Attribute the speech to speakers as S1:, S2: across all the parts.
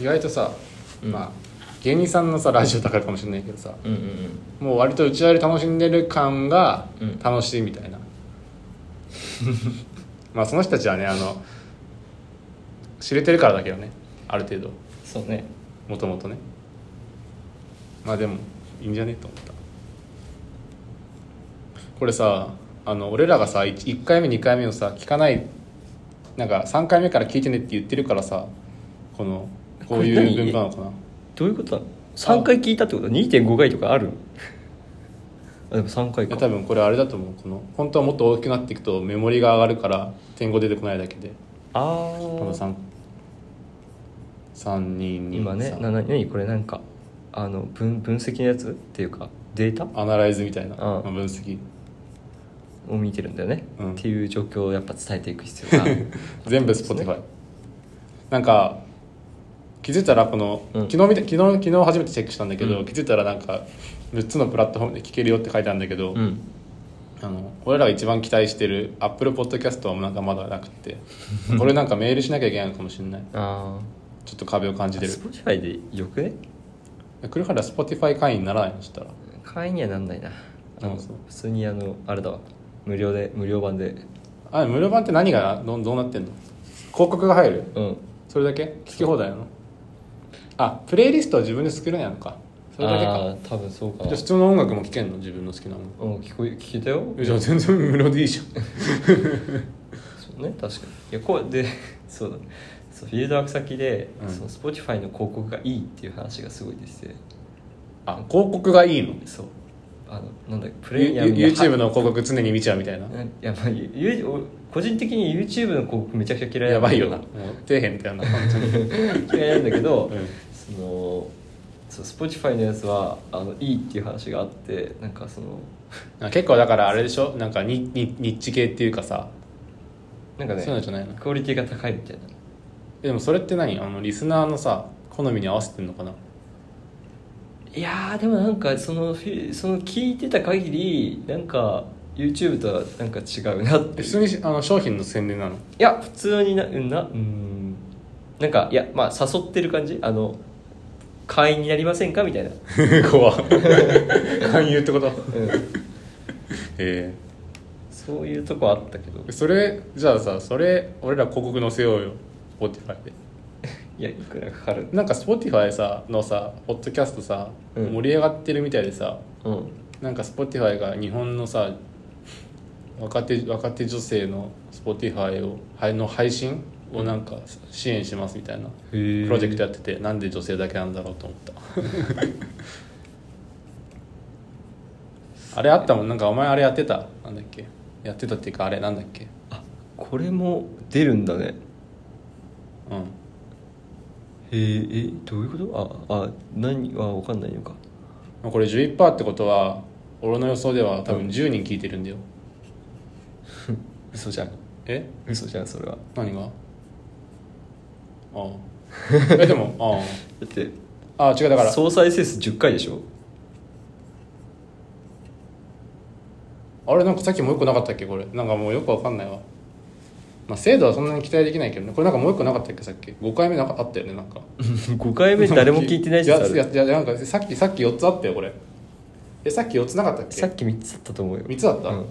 S1: 意外とさ、
S2: うん
S1: まあ芸人さんのさラジオだからかもしれないけどさ
S2: うんうん
S1: もう割と打ち合いで楽しんでる感が
S2: うん
S1: 楽しいみたいな、 まあその人たちはねあの知れてるからだけどねある程度
S2: そうね
S1: もともとねまあでもいいんじゃねと思ったこれさあの俺らがさ 1, 回目2回目をさ聞かないなんか3回目から聞いてねって言ってるからさこのこういう文化なのかな
S2: どういうことなの3回聞いたってことは2.5回とかあるあでも3回
S1: いや
S2: か
S1: 多分これあれだと思うこの本当はもっと大きくなっていくとメモリが上がるから点5出てこないだけで
S2: あ
S1: 多分
S2: あ
S1: 3 3 2 2
S2: 今ねなな何これなんかあの分分析のやつっていうかデータ
S1: アナライズみたいな、
S2: ん
S1: まあ分析
S2: を見てるんだよね、
S1: うん
S2: っていう状況をやっぱ伝えていく必 要がある
S1: 全部 Spotify なんか気づいたらこの、
S2: うん
S1: 昨日見て昨日昨日初めてチェックしたんだけど、
S2: うん
S1: 気づいたらなんか6つのプラットフォームで聞けるよって書いてあるんだけど、
S2: うん
S1: あの俺らが一番期待してる Apple Podcast はなんかまだなくてこれなんかメールしなきゃいけないのかもしれない
S2: あ
S1: ちょっと壁を感
S2: あ
S1: じてる
S2: スポティファイでよくね
S1: 栗原 Spotify 会員にならないのそしたら
S2: 会員にはなんないなあの
S1: あそう
S2: 普通にあのあれだわ無料で無料版で
S1: あ無料版って何がどうどうなってんの広告が入る
S2: うん
S1: それだけ聞き放題なのあプレイリストは自分で作るんやのかそれだけか
S2: あー多分そうか
S1: じゃあ普通の音楽も聴けんの自分の好きな音楽
S2: うん聞こえ聞けたよ
S1: えじゃあ全然無料でいいじゃん
S2: そうね確かにいやこうで そうだそうフィールドワーク先で、
S1: うん
S2: そのスポティファイの広告がいいっていう話がすごいですね
S1: あ広告がいいの
S2: そうあのなんだっけプ
S1: ゆ
S2: レミアムに
S1: ゆ YouTube の広告常に見ちゃうみたいな
S2: うんいやまあゆゆお個人的に YouTube の広告めちゃくちゃ嫌い
S1: や
S2: んだ
S1: ばい
S2: け
S1: よ
S2: ど
S1: なもう底辺みたいな本当に、
S2: 嫌いなんだけど、
S1: うん
S2: そのそう Spotify のやつはあのいいっていう話があってなんかその
S1: あ結構だからあれでしょなんかににニッチ系っていうかさ
S2: なんかね
S1: そういうのじゃないの
S2: クオリティが高いみたいな
S1: えでもそれって何あのリスナーのさ好みに合わせてんのかない
S2: やーでもなんかそのフィその聞いてた限りなんか YouTube とはなんか違うなっ
S1: え
S2: て
S1: 普
S2: い
S1: 通にあの商品の宣伝なの
S2: や普通になうんなうんなんかいやまあ誘ってる感じあの会員になりませんかみたいな、
S1: 怖っ勧誘って こと
S2: うん、
S1: え
S2: そういうとこあったけど
S1: えそれじゃあさそれ俺ら広告載せようよ Spotify で
S2: いやいくらかかる
S1: なんか Spotify さのさポッドキャストさ、
S2: うん
S1: 盛り上がってるみたいでさ
S2: うん
S1: なんか Spotify が日本のさ若手若手女性の Spotify をはいの配信をなんか支援しますみたいなプロジェクトやっててなんで女性だけなんだろうと思ったあれあったもんなんかお前あれやってたなんだっけやってたっていうかあれなんだっけ
S2: あこれも出るんだね
S1: うん
S2: へーえどういうことああ何は分かんないのか
S1: まあこれ11%ってことは俺の予想では多分10人聞いてるんだよ
S2: 嘘じゃん
S1: え
S2: 嘘じゃんそれは
S1: 何がああえでも
S2: だって
S1: ああああ違うだから
S2: 総再生数10回でしょ
S1: あれなんかさっきもう一個なかったっけこれなんかもうよくわかんないわまあ精度はそんなに期待できないけどねこれなんかもう一個なかったっけさっき5回目なんかあったよねなんか
S2: 5回目誰も聞いてない
S1: や
S2: 説あ
S1: つや
S2: る
S1: いやなんかさっきさっき4つあったよこれえさっき4つなかったっけ
S2: さっき3つだったと思うよ
S1: 3つだった、
S2: うん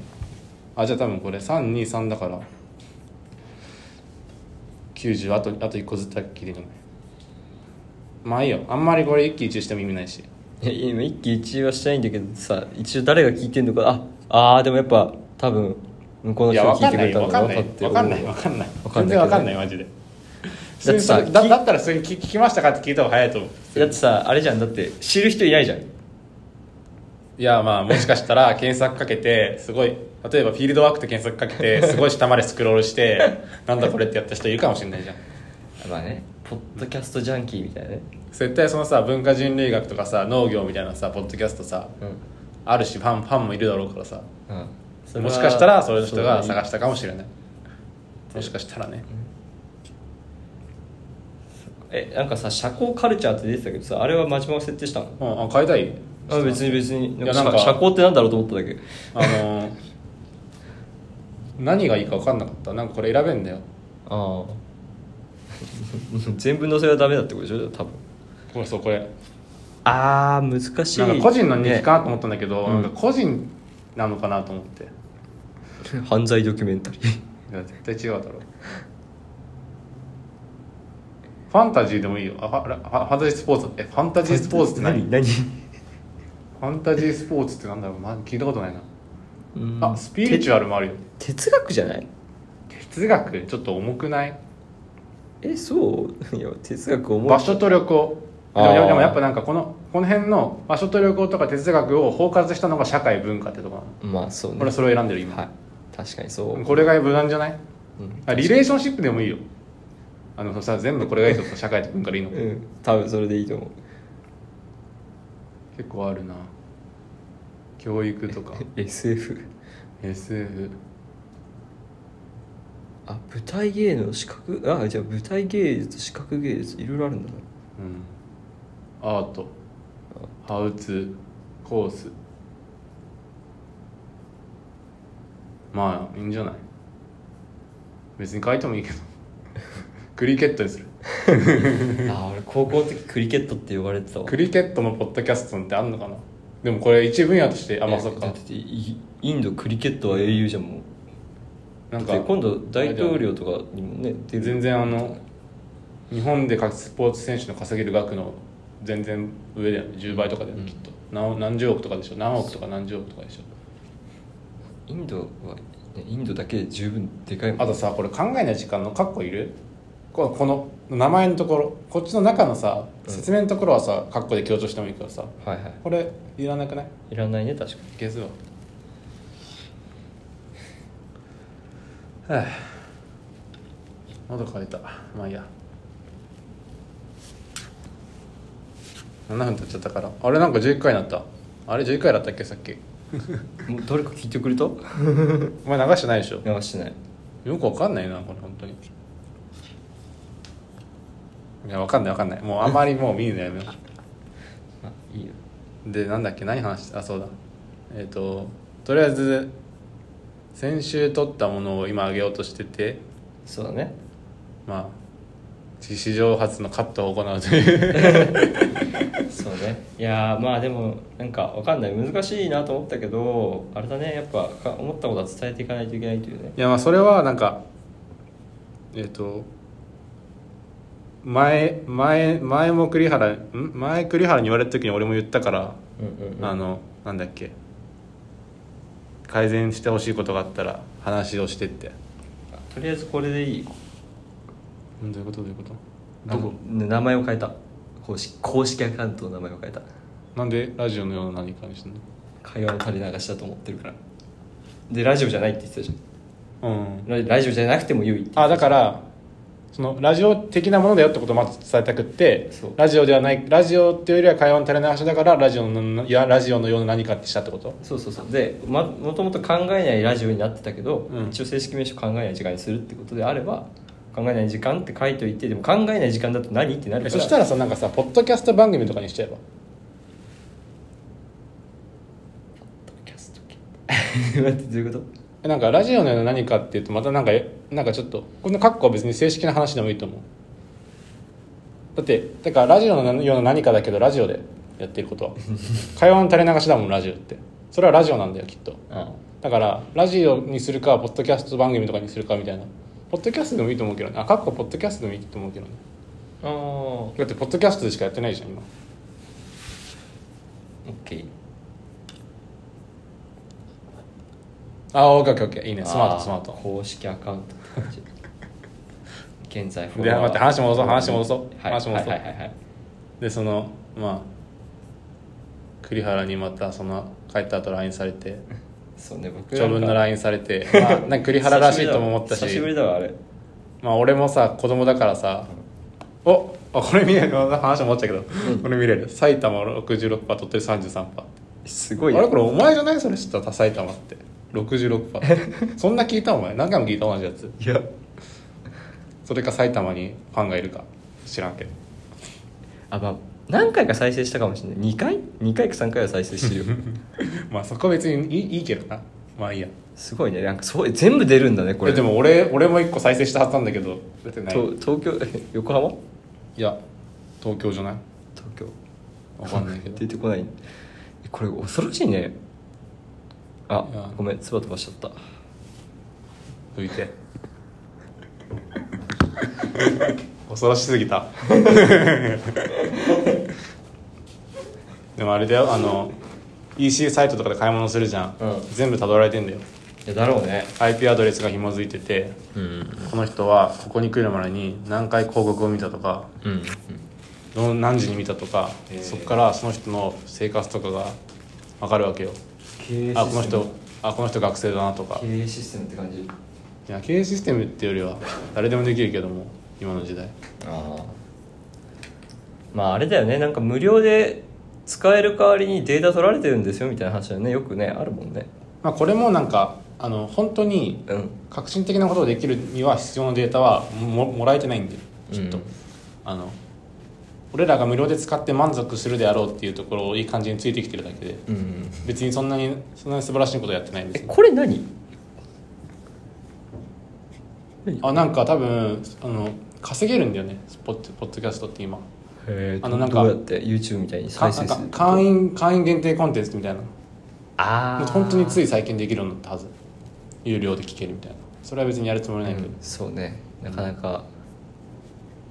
S1: あじゃあ多分これ323だから90あとあと1個ずつだけ切れるのねまあいいよあんまりこれ一喜一憂しても意味ないし
S2: いや今一喜一憂はしてないんだけどさ一応誰が聞いてんのかああーでもやっぱ多分向こうの
S1: い
S2: 人
S1: や
S2: が
S1: 分
S2: 聞い
S1: かん
S2: てく
S1: な
S2: れ
S1: い
S2: たの
S1: 分かんない
S2: っ
S1: 分
S2: て思う
S1: かんない分かんない
S2: わかん
S1: 全
S2: ないけど
S1: 然分
S2: ね
S1: かんないマジで
S2: だってさ
S1: それだ
S2: き
S1: だったらそれ聞聞きましたかって聞いた方が早いと思う
S2: だってさあれじゃんだって知る人いないじゃん
S1: いやまあもしかしたら 検索かけてすごい例えばフィールドワークって検索かけ てすごい下までスクロールしてなんだこれってやった人いるかもしれないじゃん
S2: まあねポッドキャストジャンキーみたいなね
S1: 絶対そのさ文化人類学とかさ農業みたいなさポッドキャストさ
S2: う
S1: あるしファンファンもいるだろうからさ
S2: ん、うん、それは
S1: もしかしたらそれの人が探
S2: そ
S1: したかもしれないもしかしたらね
S2: うえなんかさ社交カルチャーって出てたけどさあれは真島が設定したの
S1: うんあ買いたい
S2: あ別に別に
S1: いや
S2: なんか
S1: なんか
S2: 社交ってなんだろうと思っただけ
S1: あのー何がいいか分かんなかったなんかこれ選べんだよ
S2: ああ 全部載せはダメだってことでしょ多分
S1: これそうこれ
S2: あー難しい
S1: なんか個人の日記
S2: ね
S1: かなと思ったんだけど、
S2: うん
S1: なんか個人なのかなと思ってい
S2: 犯罪ドキュメンタリー
S1: や絶対違うだろうファンタジーでもいいよあははファンタジースポーツえファンタジースポーツって何
S2: 何何
S1: ファンタジースポーツってなんだろう、ま、聞いたことないな、
S2: うん
S1: あスピリチュアルもあるよ
S2: て哲学じゃない
S1: 哲学ちょっと重くない
S2: えそう いや哲学思う
S1: 場所と旅行で
S2: あ
S1: も
S2: ー
S1: でもやっぱなんかこのこの辺の場所と旅行とか哲学を包括したのが社会文化ってとこなの
S2: まあそうね
S1: 俺はそれを選んでる今、
S2: はい確かにそう、
S1: これが無難じゃない
S2: うん
S1: あリレーションシップでもいいよあのさ全部これがいいとこ社会と文化でいいの
S2: うん多分それでいいと思う
S1: 結構あるな教育とか
S2: SF
S1: SF
S2: あ舞台芸能資格あじゃあ舞台芸術視覚芸術いろいろある んだな
S1: うんアートハウツーコースまあいいんじゃない別に書いてもいいけどクリケットにする
S2: あ俺高校の時クリケットって呼ばれてたわ
S1: クリケットのポッドキャストなんてあんのかなでもこれ一分野としてあまあそっ
S2: だ
S1: か
S2: ってイインドクリケットは英雄じゃんもう
S1: なん
S2: だって
S1: か
S2: 今度大統領とかにもね出る
S1: 全然あの日本で各スポーツ選手の稼げる額の全然上だよね10倍とかだよね、きっと何何十億とかでしょ何億とか何十億とかでしょ
S2: インドはねインドだけで十分でかいもん
S1: あとさこれ考えない時間のカッコいるここの名前のところこっちの中のさ説明のところはさカッコで強調してもいいからさ
S2: はいはい
S1: これいらなくない
S2: いらないね確かに
S1: いけそうはあ喉枯れたまあいいや7分経っちゃったからあれなんか11回になったあれ11回だったっけさっき
S2: もう誰か聞いてくれた流
S1: お前流してないでしょ
S2: してない
S1: よくわかんないなこれ本当にいやわかんないわかんないもうあまりもう見るのやめよ
S2: あいいよ
S1: うでなんだっけ何話したあそうだえっ、ととりあえず先週撮ったものを今あげようとしてて
S2: そうだね
S1: まあ史上初のカットを行うと いう
S2: そうねいやーまあでもなんかわかんない難しいなと思ったけどあれだねやっぱか思ったことは伝えていかないといけないというね
S1: いやまあそれはなんかえっ、と前前前も栗原ん前栗原に言われた時に俺も言ったから
S2: うんうんうん
S1: あのなんだっけ改善してほしいことがあったら話をしてって
S2: とりあえずこれでいい
S1: どういうことどういうこと
S2: あのね名前を変えた公式公式アカウントの名前を変えた
S1: なんでラジオのような何かにしてんの
S2: 会話の垂れ流しだと思ってるからでラジオじゃないって言ってたじ
S1: うん
S2: ゃんララジオじゃなくても良いって
S1: あだからそのラジオ的なものだよってことをまず伝えたくって
S2: そう
S1: ラジオではないラジオっていうよりは会話の垂れ流しだからラジオのいやラジオのような何かってしたってこと
S2: そうそうそうで、ま、もともと考えないラジオになってたけど、
S1: うん
S2: 一応正式名称考えない時間にするってことであれば考えない時間って書いといてでも考えない時間だと何ってなるか
S1: え
S2: ら
S1: そしたらさなんかさポッドキャスト番組とかにしちゃえば
S2: キャスト 系待ってどういうこ
S1: えなんかラジオのような何かっていうとまたなんかえなんかちょっとこのカッコは別に正式な話でもいいと思うだってだからラジオのような何かだけどラジオでやってることは 会話の垂れ流しだもんラジオってそれはラジオなんだよきっと
S2: とあ
S1: だからラジオにするかポッドキャスト番組とかにするかみたいなポッドキャストでもいいと思うけどねあカッコポッドキャストでもいいと思うけどね
S2: あオ
S1: だってポッドキャストでしかやってないじゃん今
S2: ッケー
S1: ああオッケーオッケーオッケーいいねスマートスマー
S2: あ
S1: ト
S2: 公式アカウントって感じ現在フォ
S1: で
S2: ロワー
S1: 待って話戻そう話戻そう
S2: はい、
S1: 話戻そう
S2: はいはいはいはい
S1: でそのまあ栗原にまたその帰った後 LINE されて
S2: そうね僕
S1: 長文の LINE されて、まあ、なんか栗
S2: 久しぶりだ
S1: 原らしいとも思ったし
S2: 久しぶりだわあれ
S1: まあ、俺もさ子供だからさおあこれ見れる話も思っちゃうけど、これ見れる埼玉66%鳥取33%パ
S2: す
S1: あ
S2: ごい
S1: れ
S2: よ
S1: これお前じゃないそれ知った埼玉って66%パ そんな聞いたお前何回も聞いた同じやつ
S2: いや
S1: それか埼玉にファンがいるか知らんけど
S2: あまあ何回か再生したかもしれない2回2回か3回は再生してるよ
S1: まあそこ別にいいいいけどなまあいいや
S2: すごいねなんかそう全部出るんだねこ
S1: こ
S2: れ
S1: れでも俺俺も1個再生したはずなんだけど出てない
S2: と東京 横浜
S1: いや東京じゃない
S2: 東京
S1: わかんない けど
S2: 出てこないえこれ恐ろしいねあ
S1: いや
S2: ごめん唾飛ばしちゃった
S1: 拭いて恐ろしすぎた でもあれだよあの EC サイトとかで買い物するじゃん、
S2: うん
S1: 全部たどられてんだよ
S2: いやだろうね
S1: IP アドレスが紐づいてて
S2: うん
S1: この人はここに来るまでに何回広告を見たとか
S2: うん
S1: どの何時に見たとか、
S2: へー
S1: そこからその人の生活とかが分かるわけよ
S2: 経営システム
S1: あこの人あこの人学生だなとか
S2: 経営システムって感じ
S1: いや経営システムっていうよりは誰でもできるけども今の時代
S2: ああまああれだよねなんか無料で使える代わりにデータ取られてるんですよみたいな話だよねよくねあるもんね
S1: まあ、これもなんかあの本当に
S2: うん
S1: 革新的なことをできるには必要なデータはももらえてないんできっと、
S2: うん
S1: あの俺らが無料で使って満足するであろうっていうところをいい感じについてきてるだけで
S2: うん
S1: 別にそんなにそんなに素晴らしいことやってないん
S2: え
S1: ですよ
S2: これ何
S1: あなんか多分あの稼げるんだよねポッポッドキャストって今
S2: え
S1: あのなんか
S2: どうやって YouTube みたいに
S1: か
S2: 再
S1: な
S2: 生
S1: ん
S2: す
S1: か
S2: る
S1: 会員会員限定コンテンツみたいな
S2: ああ
S1: 本当につ
S2: い
S1: い最近できるようになったはず有料で聞けるみたいなそれは別にやるつもりないけど、
S2: そうねなかなか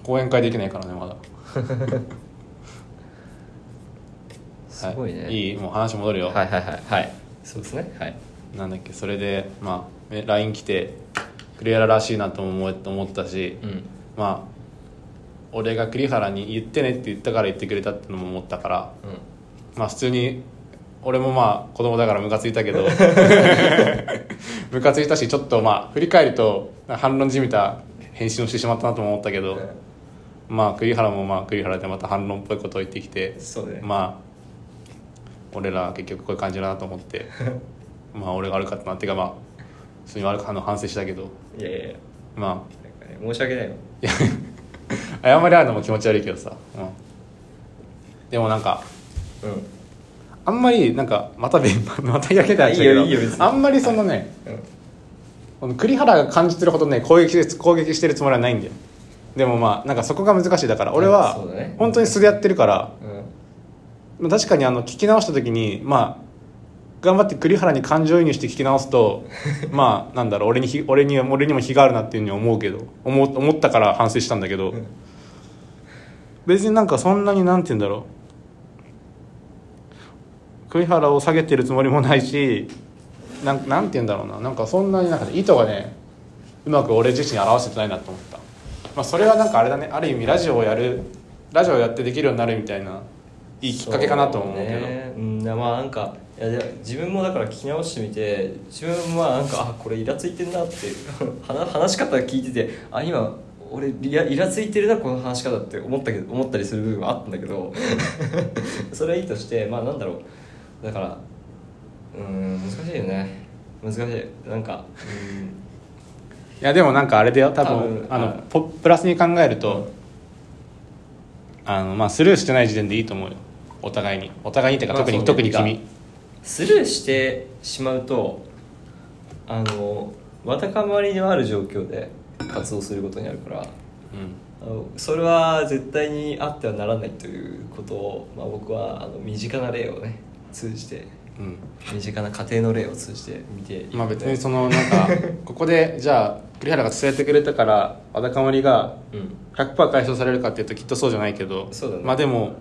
S1: 講演会できないからねまだ
S2: すごいね、
S1: はい、いいもう話戻るよ、
S2: はいはいはいはいそうですねはい
S1: なんだっけそれでまあえ LINE 来て栗原らしいなとも思え思ったし、
S2: うん
S1: まあ俺が栗原に言ってねって言ったから言ってくれたってのも思ったからまあ普通に俺もまあ子供だからムカついたけ どムカついたしちょっとまあ振り返ると反論じみた返信をしてしまったなとも思ったけど、まあ栗原もまあ栗原でまた反論っぽいことを言ってきて
S2: そうね
S1: まあ俺ら結局こういう感じだなと思って まあ俺が悪かったなっていうかまあ普通に悪くあの反省したけど
S2: いやいやいや
S1: まあ
S2: なんかね申し訳ないよ
S1: いや謝り合うのも気持ち悪いけどさ、うん、でもなんか
S2: う
S1: あんまりなんかまたべまたやけたんだけ
S2: いいよ
S1: ど
S2: いいよ別に
S1: あんまりそのね
S2: ん、うん、
S1: この栗原が感じてるほどね攻撃して攻撃してるつもりはないんだよでもまあなんかそこが難しいだから俺は
S2: そうだね
S1: 本当に素でやってるから、
S2: うん
S1: まあ確かにあの聞き直した時にまあ頑張って栗原に感情移入して聞き直す とまあなんだろう俺にひ俺に俺にも非があるなっていうふうに思うけど思う思ったから反省したんだけど別になんかそんなになんて言うんだろう栗原を下げてるつもりもないしなんなんて言うんだろうななんかそんなになんか意図がねうまく俺自身表せてないなと思った、まあ、それはなんかあれだねある意味ラジオをやるラジオをやってできるようになるみたいないいきっかけかなとも思うけど
S2: そうねうん、まあなんかいやで自分もだから聞き直してみて自分もまあなんかあこれイラついてんなって 話話し方聞いててあ今俺イライラついてるなこの話し方って思ったけど思ったりする部分はあったんだ けどそれはいいとしてまあなんだろうだからうん難しいよね難しいなんか
S1: いやでもなんかあれだよ多分
S2: 多分
S1: あ
S2: はい
S1: のポプラスに考えると、あのまあ、スルーしてない時点でいいと思うよお互いにお互いにっていうか
S2: まあ
S1: 特に、
S2: そうね
S1: 特に君
S2: スルーしてしまうとあのわたかまりのある状況で活動することになるから
S1: うん
S2: あのそれは絶対にあってはならないということを、まあ、僕はあの身近な例をね通じて
S1: うん
S2: 身近な家庭の例を通じて見ていく
S1: まあ別にそのなん かここでじゃあ栗原が伝えてくれたからわだかまりが
S2: うん
S1: 100%解消されるかっていうときっとそうじゃないけど
S2: そうだね
S1: まあでも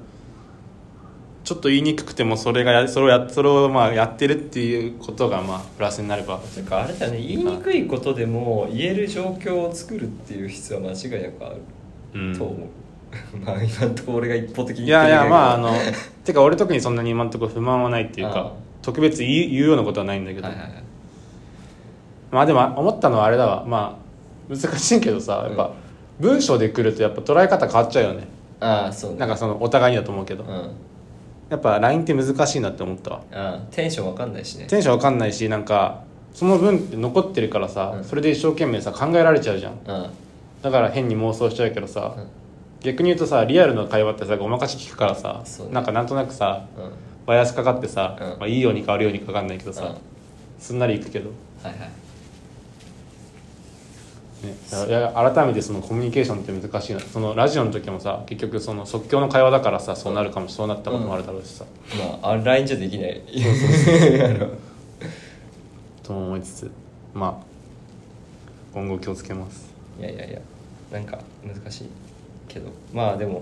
S1: ちょっと言いにくくてもそれがやそれをやそれをまあやってるっていうことがまあプラスになれば
S2: なんかあれだよね言いにくいことでも言える状況を作るっていう必要は間違いなくあ
S1: う
S2: ると思
S1: ん
S2: う、 まあ今のところ俺が一方的に
S1: い
S2: 言っ
S1: や
S2: て
S1: い
S2: るだ
S1: や
S2: け
S1: まああの てか俺特にそんなに今のところ不満はないっていう
S2: ああ
S1: か特別言い言うようなことはないんだけど
S2: はいはいはい
S1: まあでも思ったのはあれだわまあ難しいけどさやっ
S2: うん
S1: ぱ文章で来るとやっぱ捉え方変わっちゃうよね
S2: ああそうね
S1: なんかそのお互いにだと思うけど
S2: うん
S1: やっぱ LINE って難しいなって思ったわ
S2: ああテンションわかんないしね
S1: テンションわかんないしなんかその分って残ってるからさ、
S2: うん
S1: それで一生懸命さ考えられちゃうじゃん
S2: うん
S1: だから変に妄想しちゃうけどさ、
S2: うん
S1: 逆に言うとさリアルの会話ってさごまかし聞くからさ、
S2: そうね
S1: なんかなんとなくさ
S2: うん
S1: バイアスかかってさ、
S2: う
S1: ま
S2: ん
S1: あ、いいように変わるようにかかんないけどさ、
S2: うん
S1: すんなりいくけど
S2: はいはいはい
S1: ね、いや改めてそのコミュニケーションって難しいなそのラジオの時もさ結局その即興の会話だからさそうなるかもしそうなったこともあるだろうしさ、
S2: まあ LINE じゃできない あの
S1: とも思いつつまあ今後気をつけます
S2: いやいやいやなんか難しいけどまあでもうん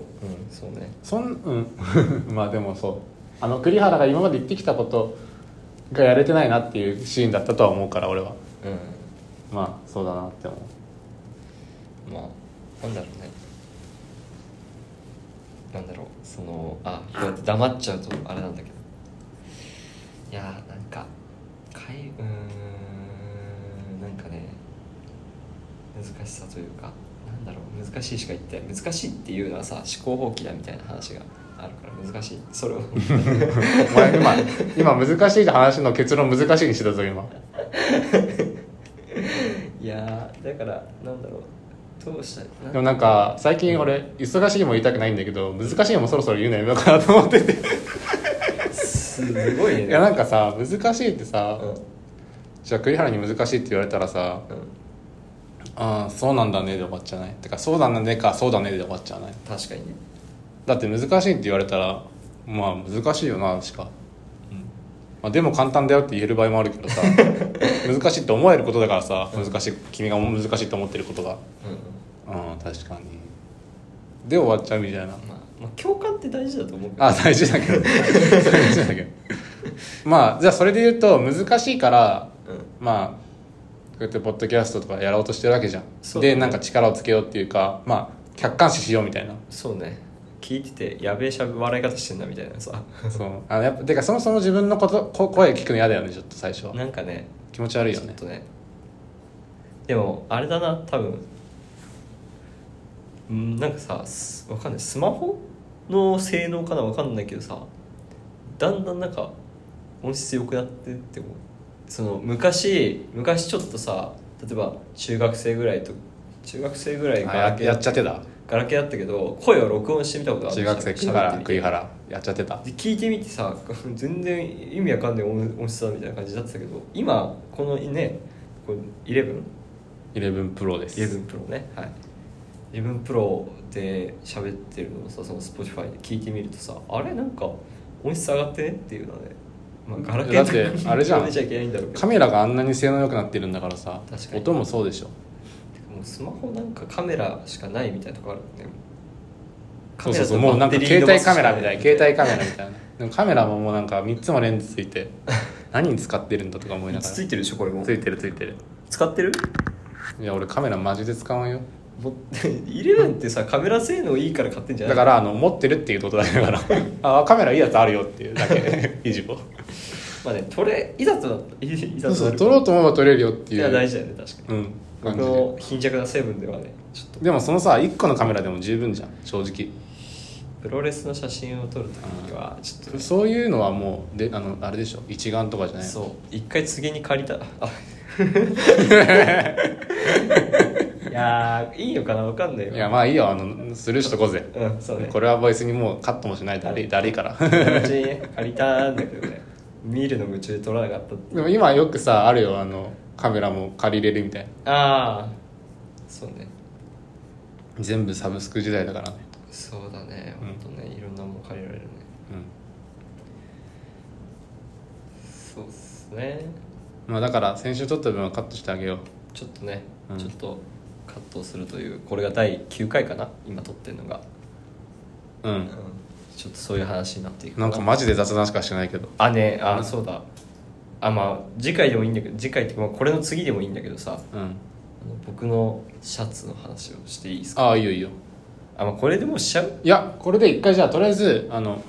S2: そうね
S1: そんうん まあでもそうあの栗原が今まで言ってきたことがやれてないなっていうシーンだったとは思うから俺は
S2: う
S1: まあそうだなって思うん
S2: まあなんだろうねなんだろうそのあこうやって黙っちゃうとあれなんだけどいやーなんかかいうーんなんかね難しさというかなんだろう難しいしか言って難しいっていうのはさ思考放棄だみたいな話があるから難しいそれを
S1: お前今今難しいって話の結論難しいにしてたぞ今
S2: いやーだからなんだろうどうしたら
S1: でもなんか最近俺忙しいも言いたくないんだけど難しいもそろそろ言うのやめようかなと思ってて
S2: すごいね
S1: いやなんかさ難しいってさ、
S2: うん
S1: じゃあ栗原に難しいって言われたらさ
S2: うん
S1: 「ああそうなんだね」で終わっちゃわないてか「そうだね」か「そうだね」で終わっちゃわない
S2: 確かにね
S1: だって難しいって言われたらまあ難しいよなしか、まあ、でも簡単だよって言える場合もあるけど さ難しいって思えることだからさ難しい君が難しいと思ってることが
S2: うんうん
S1: うん確かにで終わっちゃうみたいな
S2: まあ、まあ共感って大事だと思うけど
S1: あ大事だけど大事だけどまあじゃあそれで言うと難しいから
S2: うん
S1: まあこうやってポッドキャストとかやろうとしてるわけじゃん、
S2: そうだね
S1: でなんか力をつけようっていうかまあ客観視しようみたいな
S2: そうね聞いててやべえしゃぶ笑い方してんなみたいなさ
S1: そうあのやっぱてかそもそも自分のことこ声聞くの嫌だよねちょっと最初は
S2: なんかね
S1: 気持ち悪いよ
S2: ちょっ
S1: ね
S2: とねでもあれだな多分うんなんかさすわかんないスマホの性能かなわかんないけどさだんだんなんか音質良くなってって思うその昔昔ちょっとさ例えば中学生ぐらいと中学生ぐらい
S1: あ
S2: ガ
S1: や
S2: ラ
S1: っ
S2: ケ
S1: や
S2: ー
S1: っちゃってた
S2: ガラケーだったけど声を録音してみたことある
S1: 中学生か
S2: 喋っ
S1: ら
S2: てみて
S1: 栗原やっちゃってた
S2: で聞いてみてさ 全然意味わかんない音音質だみたいな感じだったけど今このねこう 11?11
S1: 11プロです
S2: プロねはい11プロで喋ってるのをさその Spotify で聞いてみるとさあれなんか音質上がってねっていうので、まあ、ガラケーとか
S1: だってあれじゃん
S2: 出ちゃいけないんだろうけ
S1: カ
S2: ど
S1: メラがあんなに性能良くなってるんだからさ
S2: 確かに
S1: 音もそうでしょ
S2: もうスマホなんかカメラしかないみたいなとこあるもんね
S1: そうそうそうもうなんか携帯カメラみたいな携
S2: 帯
S1: 帯カメラみたいなでもカメラももうなんか3つもレンズついて 何に使ってるんだとか思いながら
S2: ついてるでしょこれも
S1: ついてるついてる
S2: 使ってる
S1: いや俺カメラマジで使わんよ
S2: も 11ってさカメラ性能いいから買ってんじゃな
S1: だ
S2: い
S1: からあの持ってるっていうことだから あカメラいいやつあるよっていうだけ以上
S2: まあね、取れ、いざとなった、いいざ
S1: そうそ
S2: とな
S1: う
S2: る
S1: 撮ろうと思えば撮れるよって
S2: い
S1: いう
S2: や、大事だよね、確かに。
S1: うん
S2: 僕
S1: 感じで
S2: の貧弱な成分ではね、ちょっと、
S1: でもそのさ1個のカメラでも十分じゃん正直
S2: プロレスの写真を撮るときには、ちょっとね、
S1: そういうのはもうであのあれでしょ一眼とかじゃない
S2: そう、一回次に借りた。 あいやー、いいのかな、わかんないよ。
S1: やまあいいよあのスルーしとこうぜ
S2: うん、そうね。
S1: これは別にもうカットもしないだりだりいから
S2: 友達にね、借りたんだけどね、見るの夢中で撮らなかったって。
S1: でも今よくさあるよあのカメラも借りれるみたいな
S2: ああ、そうね。
S1: 全部サブスク時代だからね
S2: そうだね、
S1: うん
S2: ほんとね、いろんなもん借りられるね。
S1: うん
S2: そうっすね
S1: まあだから先週撮った分はカットしてあげよう
S2: ちょっとね、
S1: うん
S2: ちょっとカットするというこれが第9回かな今撮ってるのが、
S1: う
S2: うん
S1: ん、
S2: ちょっとそういう話になっていく
S1: なんかマジで雑談しかしてないけど
S2: あねあそうだあまあ次回でもいいんだけど次回っていうかまあこれの次でもいいんだけどさ
S1: うん
S2: あの僕のシャツの話をしていいですか
S1: ああいいよいいよ
S2: あ、まあ、これでもうしちゃう
S1: いやこれで一回じゃあとりあえずあの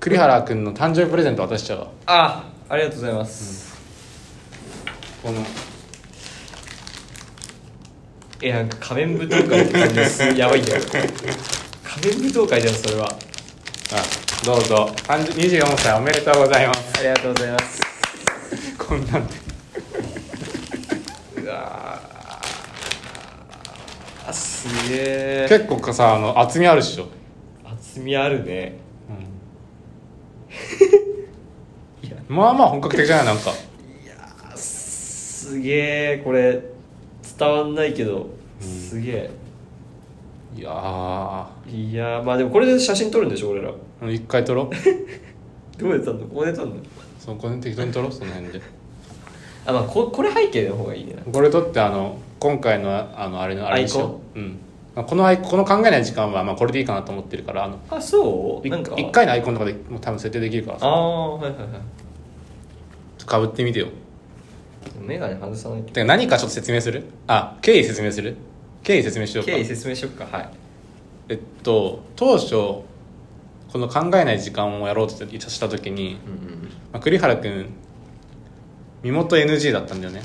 S1: 栗原君の誕生日プレゼント渡しちゃうわ
S2: あありがとうございます、
S1: この
S2: えなんか仮面舞踏会って感じ ですやばいんだよ仮面舞踏会だよそれは
S1: あどうぞ30 24歳おめでとうございます
S2: ありがとうございます
S1: こんなんで
S2: うわーあすげえ
S1: 結構かさあの厚みあるっしょ、
S2: 厚みあるね
S1: まあまあ本格的じゃないなんか
S2: あすすげえこれ伝わんないけどすげ
S1: いやー
S2: えいやーまあでもこれで写真撮るんでしょ俺ら
S1: あの一回撮ろう
S2: どうやったんだここで撮るの
S1: そこで適当に撮ろうその辺で
S2: あまあここれ背景の方がいいね
S1: これ撮ってあの今回のあのあれのあれにしよう、うん、まあこのアイこの考えない時間はまあこれでいいかなと思ってるからあの
S2: あそう
S1: い
S2: なんか
S1: 一回のアイコンとかでもう多分設定できるから
S2: あ
S1: さ
S2: あはいはいはい
S1: かぶってみてよ
S2: 眼鏡外さないと
S1: てか何かちょっと説明するあ経緯説明する経緯説明しようか
S2: 経緯説明しよっかはい
S1: えっと当初この考えない時間をやろうとした時に、
S2: うん
S1: まあ、栗原君身元 NG だったんだよね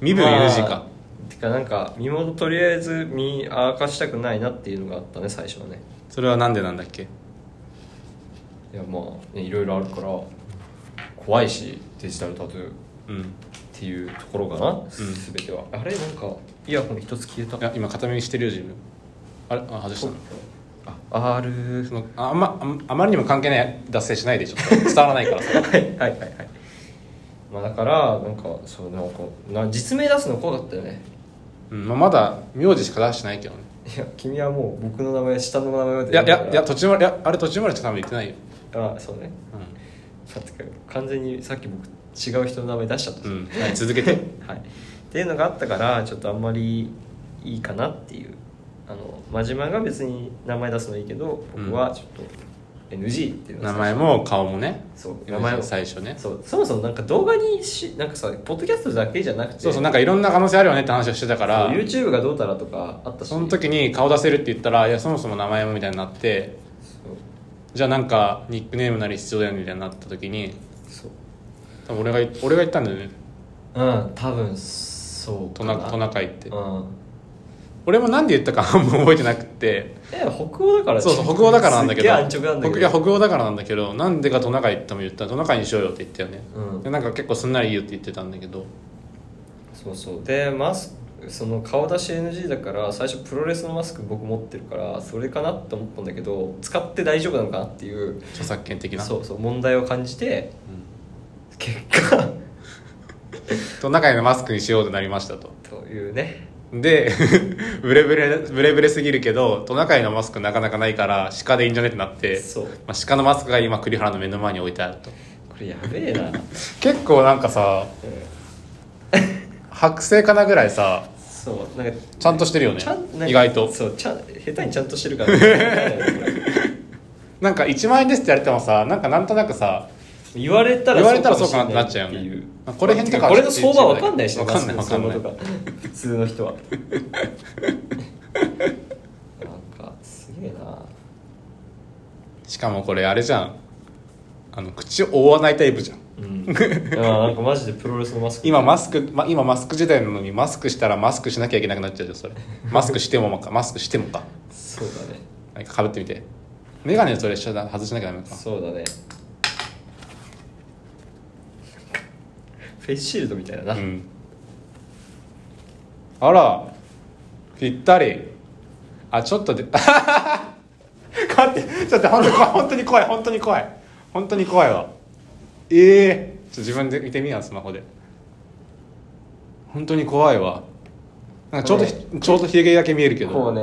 S1: 身分 NG か、
S2: てかなんか身元とりあえず見明かしたくないなっていうのがあったね最初はね
S1: それはなんでなんだっけ
S2: いやまあねいろいろあるから怖いしデジタルタトゥーっ
S1: うん
S2: ていうところかな、すべ全てはあれなんかイヤホン一つ消えた
S1: いや今片耳してるよ自分あれあ外したの
S2: あ R
S1: そのああんまあんあまりにも関係ない脱線しないでちょっと伝わらないから さ
S2: はいはいはいはいまあだからなんかそうなんかな実名出すの怖かったよね
S1: うんまあ、まだ名字しか出してないけどね
S2: いや君はもう僕の名前下の名前まで
S1: いやいやいや途中までいやあれ途中までしか多分言ってないよ
S2: あそうねだって完全にさっき僕違う人の名前出しちゃった
S1: うん、うんはい、続けて
S2: はい、っていうのがあったからちょっとあんまりいいかなっていうあの真島が別に名前出すのいいけど僕はちょっと NG っていうのが
S1: 名前も顔もね
S2: そう名前も
S1: 最初ね
S2: そうそもそもなんか動画にしなんかさポッドキャストだけじゃなくて
S1: そうそうなんかいろんな可能性あるよねって話をしてたから
S2: そう YouTube がどうたらとかあったし
S1: その時に顔出せるって言ったらいやそもそも名前もみたいになって
S2: そう
S1: じゃあなんかニックネームなり必要だよねみたいになった時に
S2: そう
S1: 多分俺が俺が言ったんだよね
S2: うん多分そう
S1: ト
S2: かな
S1: ナトナカイって
S2: うん
S1: 俺もなんで言ったかあ んま覚えてなくて
S2: え北欧だから
S1: そうそう北欧だからなんだけど
S2: すっげえ安直なんだけど
S1: 北いや北欧だからなんだけどなんでかトナカイっても言ったらトナカイにしようよって言ったよね、
S2: うん
S1: でなんか結構すんなりいいよって言ってたんだけど
S2: そうそうでマスクその顔出し NG だから最初プロレスのマスク僕持ってるからそれかなって思ったんだけど使って大丈夫なのかなっていう
S1: 著作権的な
S2: そうそう問題を感じて、結果
S1: トナカイのマスクにしようとなりましたと
S2: というね
S1: で ブレブレブレブレすぎるけどトナカイのマスクなかなかないから鹿でいいんじゃねってなって、
S2: そう
S1: まあ、鹿のマスクが今栗原の目の前に置いてあると
S2: これやべえな、うん
S1: 結構なんかさ剥製かなぐらいさ
S2: そうなんか
S1: ちゃんとしてるよね
S2: ちゃんなんか
S1: 意外と
S2: そうちゃん下手にちゃんとして るから、ね、
S1: なんか1万円ですって言われてもさなんかなんとなくさ
S2: 言われたら
S1: 言われたらそう
S2: もし
S1: か
S2: れ
S1: なって
S2: い
S1: なっちゃうよ
S2: てい
S1: ねまあこれ変だから
S2: これの相場わかんないし
S1: わかんない
S2: マスクの相場
S1: わ
S2: とか普通 の人はなんかすげえな
S1: しかもこれあれじゃんあの口を覆わないタイプじゃん
S2: うんいやなんかマジでプロレスのマスク
S1: 今マスク、ま、今マスク時代なのにマスクしたらマスクしなきゃいけなくなっちゃうよそれマスクしてもかマスクしてもか
S2: そうだね
S1: なんかかぶってみて眼鏡それ一緒だ外しなきゃダメか
S2: そうだねフェイスシールドみたいだな、
S1: うんあらぴったりあちょっとで 待ってちょっと本当に怖い本当に怖い本当に怖い本当に怖いわええちょっと自分で見てみやスマホで本当に怖いわなんかちょうどひ、ちょうどひげだけ見えるけど
S2: こうね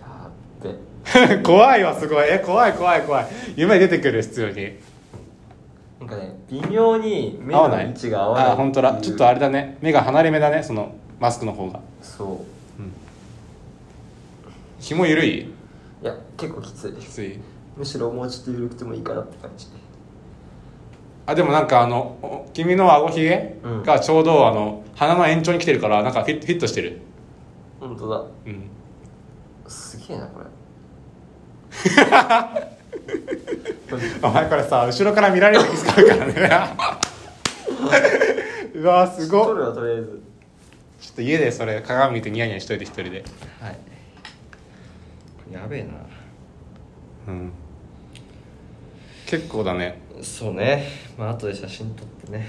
S2: やっべ
S1: 怖いわすごいえ怖い怖い怖い夢出てくる必要に
S2: なんかね微妙に目
S1: 合わ
S2: の
S1: ない
S2: 位置が合わない
S1: あ本当だ
S2: ていう
S1: ちょっとあれだね目が離れ目だねそのマスクの方が
S2: そ
S1: 紐緩いう
S2: いや結構きつい
S1: きつい
S2: むしろもうちょっと緩くてもいいかなって感じ
S1: あでもなんかあのお君のあごひげ
S2: うん
S1: がちょうどあの鼻の延長に来てるからなんかフィットフィットしてる
S2: 本当だ
S1: うん
S2: すげえなこれ
S1: お前これさ後ろから見られる気使うから ねうわすごっ
S2: 取るわとりあえず
S1: ちょっと家でそれ鏡見てニヤニヤしといて一人で
S2: はいやべえな
S1: うん結構だね
S2: そうねまあ後で写真撮ってね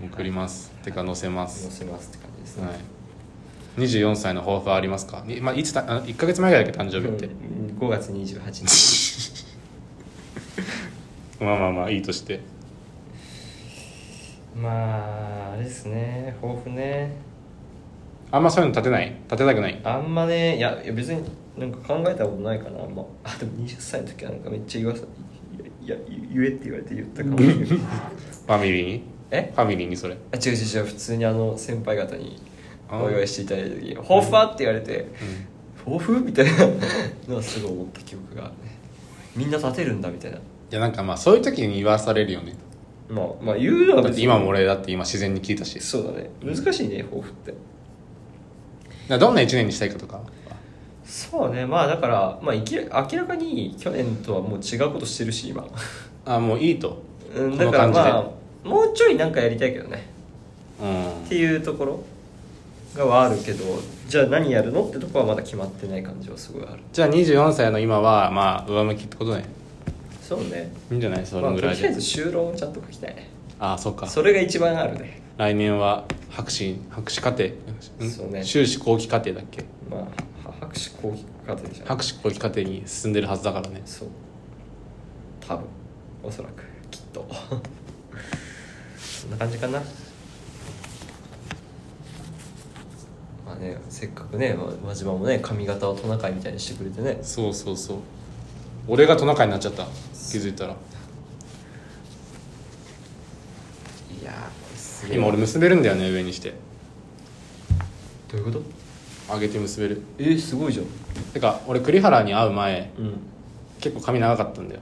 S1: うん送りますてか載せま
S2: 載
S1: す
S2: せますって感じですね、
S1: はい、24歳の抱負はありますか、にまあ、いつたあ1か月前ぐらいだっけ誕生日って、
S2: うん5月28日
S1: まあまあまあいいとして
S2: まああれですね抱負ね
S1: あんまそういうの立てない立てたくない
S2: あんまねいやいや別になんか考えたことないかなあんまあでも20歳の時はなんかめっちゃ言わさいやいや言えって言われて言ったか もしれない
S1: ファミリーに
S2: え
S1: ファミリーにそれ
S2: あ違う違う違う普通にあの先輩方に
S1: あー
S2: お祝いしていただいた時に「抱負は?」って言われて「抱負?」みたいなのはすごい思った記憶があるねみんな立てるんだみたいない
S1: やなんかまあそういう時に言わされるよね
S2: まあまあ言うのは
S1: だ
S2: 別
S1: って
S2: に
S1: 今も俺だって今自然に聞いたしだか
S2: そうだね難しいね抱負って
S1: らどんな1年にしたいかとか
S2: そうねまあだから、まあ、いき明らかに去年とはもう違うことしてる し今
S1: あもういいと
S2: うん
S1: こ
S2: だ
S1: の
S2: から
S1: 感じで
S2: まあもうちょいなんかやりたいけどね
S1: うん
S2: っていうところがはあるけどじゃあ何やるのってとこはまだ決まってない感じはすごいある
S1: じゃあ24歳の今はまあ上向きってことね
S2: そうね
S1: いいんじゃないそ
S2: ま
S1: の
S2: あ、
S1: ぐ
S2: と
S1: らい
S2: り
S1: で
S2: あえ、ず就論をちゃんと書きたいね
S1: あ、あそっか
S2: それが一番あるね
S1: 来年は博士博士課程ん
S2: そうね
S1: 修士後期課程だっけ
S2: まあは博士後期課程じゃん
S1: 博士後期課程に進んでるはずだからね
S2: そう多分おそらくきっと そんな感じかなまあねせっかくねま輪島もね髪型をトナカイみたいにしてくれてね
S1: そうそうそう俺がトナカイになっちゃった気づいたら
S2: いやーこれすげえ
S1: 今俺結べるんだよね上にして
S2: どういうこと
S1: 上げて結べる
S2: えー、すごいじゃん
S1: てか俺栗原に会う前
S2: うん
S1: 結構髪長かったんだよ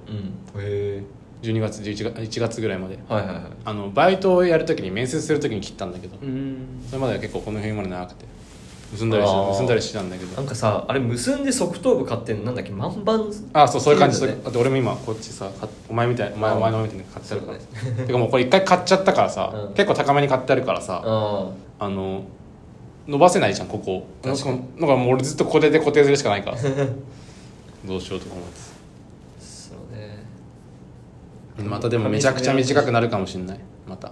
S2: うんへえ
S1: 12月11月1月ぐらいまで
S2: はいはいはい
S1: あのバイトをやるときに面接するときに切ったんだけど、
S2: うん
S1: それまでは結構この辺まで長くて結んだりして
S2: あー
S1: 結んだりしてたんだけ
S2: なん
S1: ど
S2: かさあれ結んで側頭部買ってんのなんだっけ万ン
S1: あそうそういう感じ
S2: そ
S1: そうう
S2: だ
S1: だっ
S2: ね
S1: て俺も今こっちさかお前みたいお前
S2: あー
S1: お前の前みたいに買ってあるから、
S2: そ
S1: てかもうこれ一回買っちゃったからさ、
S2: うん
S1: 結構高めに買ってあるからさ、
S2: あ
S1: あの伸ばせないじゃんここなん
S2: 確
S1: か
S2: かに
S1: なんかもう俺ずっとこれで固定するしかない からさどうしようとか思って
S2: あそうね
S1: たまたでもめちゃくちゃ短くなるかもしれないまた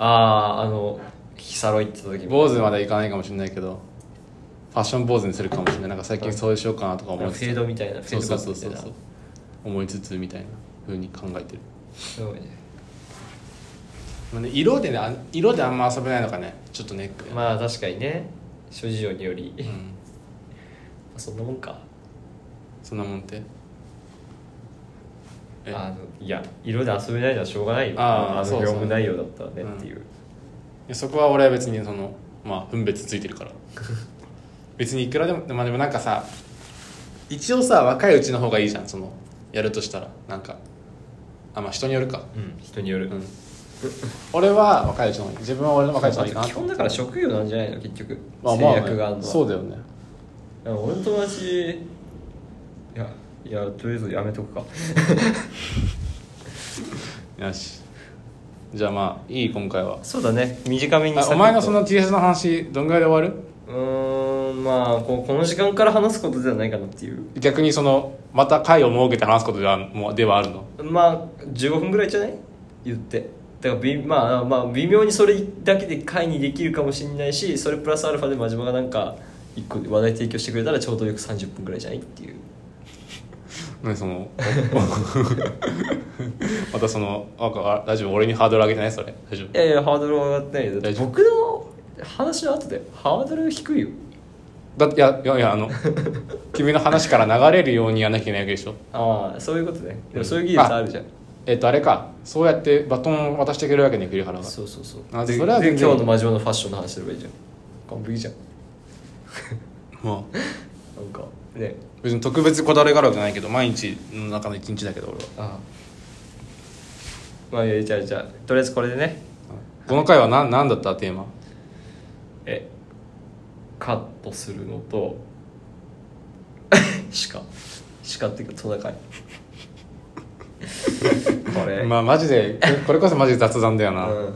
S2: あああのヒサロ行ってた時も
S1: 坊主までいかないかもしれないけどファッション坊主にするかもしれないなんか最近そうしようかなとか
S2: フ
S1: 思
S2: ェ
S1: いつつ
S2: ードみたいなフ
S1: そ
S2: ェ
S1: う
S2: ー
S1: そ
S2: ド
S1: う
S2: カッ
S1: そ
S2: ト
S1: う
S2: み
S1: そ
S2: たいな
S1: うそう思いつつみたいな風に考えてる
S2: すごいね
S1: まあね色でねあ色であんま遊べないのがねちょっとネックだよね
S2: まあ確かにね諸事情により
S1: うん
S2: そんなもんか
S1: そんなもんってえ
S2: あのいや色で遊べないのはしょうがないよ
S1: あー
S2: あの
S1: そう
S2: 業
S1: そう
S2: 務内容だったらねっていう
S1: いやそこは俺は別にそのまあ分別ついてる から別にいくらでもまあでもなんかさ一応さ若いうちの方がいいじゃんそのやるとしたらなんかあまあ人によるか
S2: うん人による
S1: うん俺は若いうちの方がいい自分は俺の若いうちの方がいいかな
S2: 基本だから職業なんじゃないの結局
S1: まあ
S2: 制
S1: まあね
S2: 約があるのは
S1: そうだよね
S2: いや俺の友達いやいやとりあえずやめとくか
S1: よしじゃあまあいい今回は
S2: そうだね短めに
S1: あ
S2: サクッと
S1: お前のその T シャツの話どんぐらいで終わ
S2: うーんまあこうこの時間から話すことではないかなっていう
S1: る逆にそのまた会を設けて話すことではもうではあるの
S2: まあ15分ぐらいじゃない言ってだからび、まあ、まあ微妙にそれだけで会にできるかもしれないしそれプラスアルファで真島がなんか一個話題提供してくれたらちょうどよく30分ぐらいじゃないっていう
S1: 何その またそのなんかあ大丈夫俺にハードル上げてないそれ大丈
S2: い
S1: 夫
S2: やいやハードルは上がってないよだっ
S1: 大
S2: て
S1: 丈
S2: 僕の話の後でハードル低いよ
S1: だっていやいやいやあの君の話から流れるようにやらなきゃいけないわけでしょ
S2: ああそういうことねでもそういう技術あるじゃん
S1: えっ、とあれかそうやってバトンを渡してくれるわけね栗原が
S2: そうそうそう
S1: あ
S2: で
S1: それは
S2: で
S1: 全然
S2: 今日の真島のファッションの話すればいいじゃん完璧じゃん
S1: まあ
S2: なんかね
S1: 別に特別こだわりがあるわけないけど毎日の中の一日だけど俺は
S2: ああまあいやじゃあじゃあとりあえずこれでね
S1: この回は何何だったテーマ
S2: えカットするのと 鹿鹿っていうか トナカイこれ、
S1: まあマジで これこそマジで雑談だよな、
S2: うん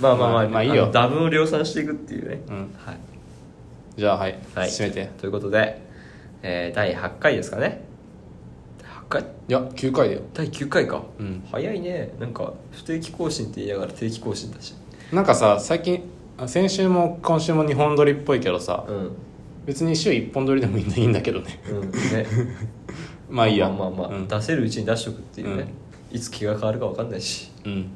S2: まあまあま
S1: ま
S2: あ、
S1: あまあいいよ
S2: のダブを量産していくっていうね、
S1: うん
S2: はい
S1: じゃあはい、
S2: はい
S1: 締めて
S2: ということで、えー第8回ですかね8回
S1: いや9回だよ
S2: 第9回か、
S1: うん
S2: 早いねなんか不定期更新って言いながら定期更新だし
S1: なんかさ最近あ先週も今週も2本撮りっぽいけどさ、
S2: うん
S1: 別に週1本撮りでもいいんだいいんだけどね
S2: うんね
S1: まあいいや
S2: まあまあまあ、
S1: うん
S2: 出せるうちに出しとくっていうね、いつ気が変わるか分かんないし
S1: うん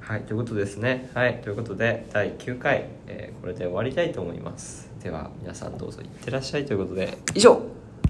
S2: はいということですねはいということで第9回、えーこれで終わりたいと思いますでは皆さんどうぞいってらっしゃいということで以上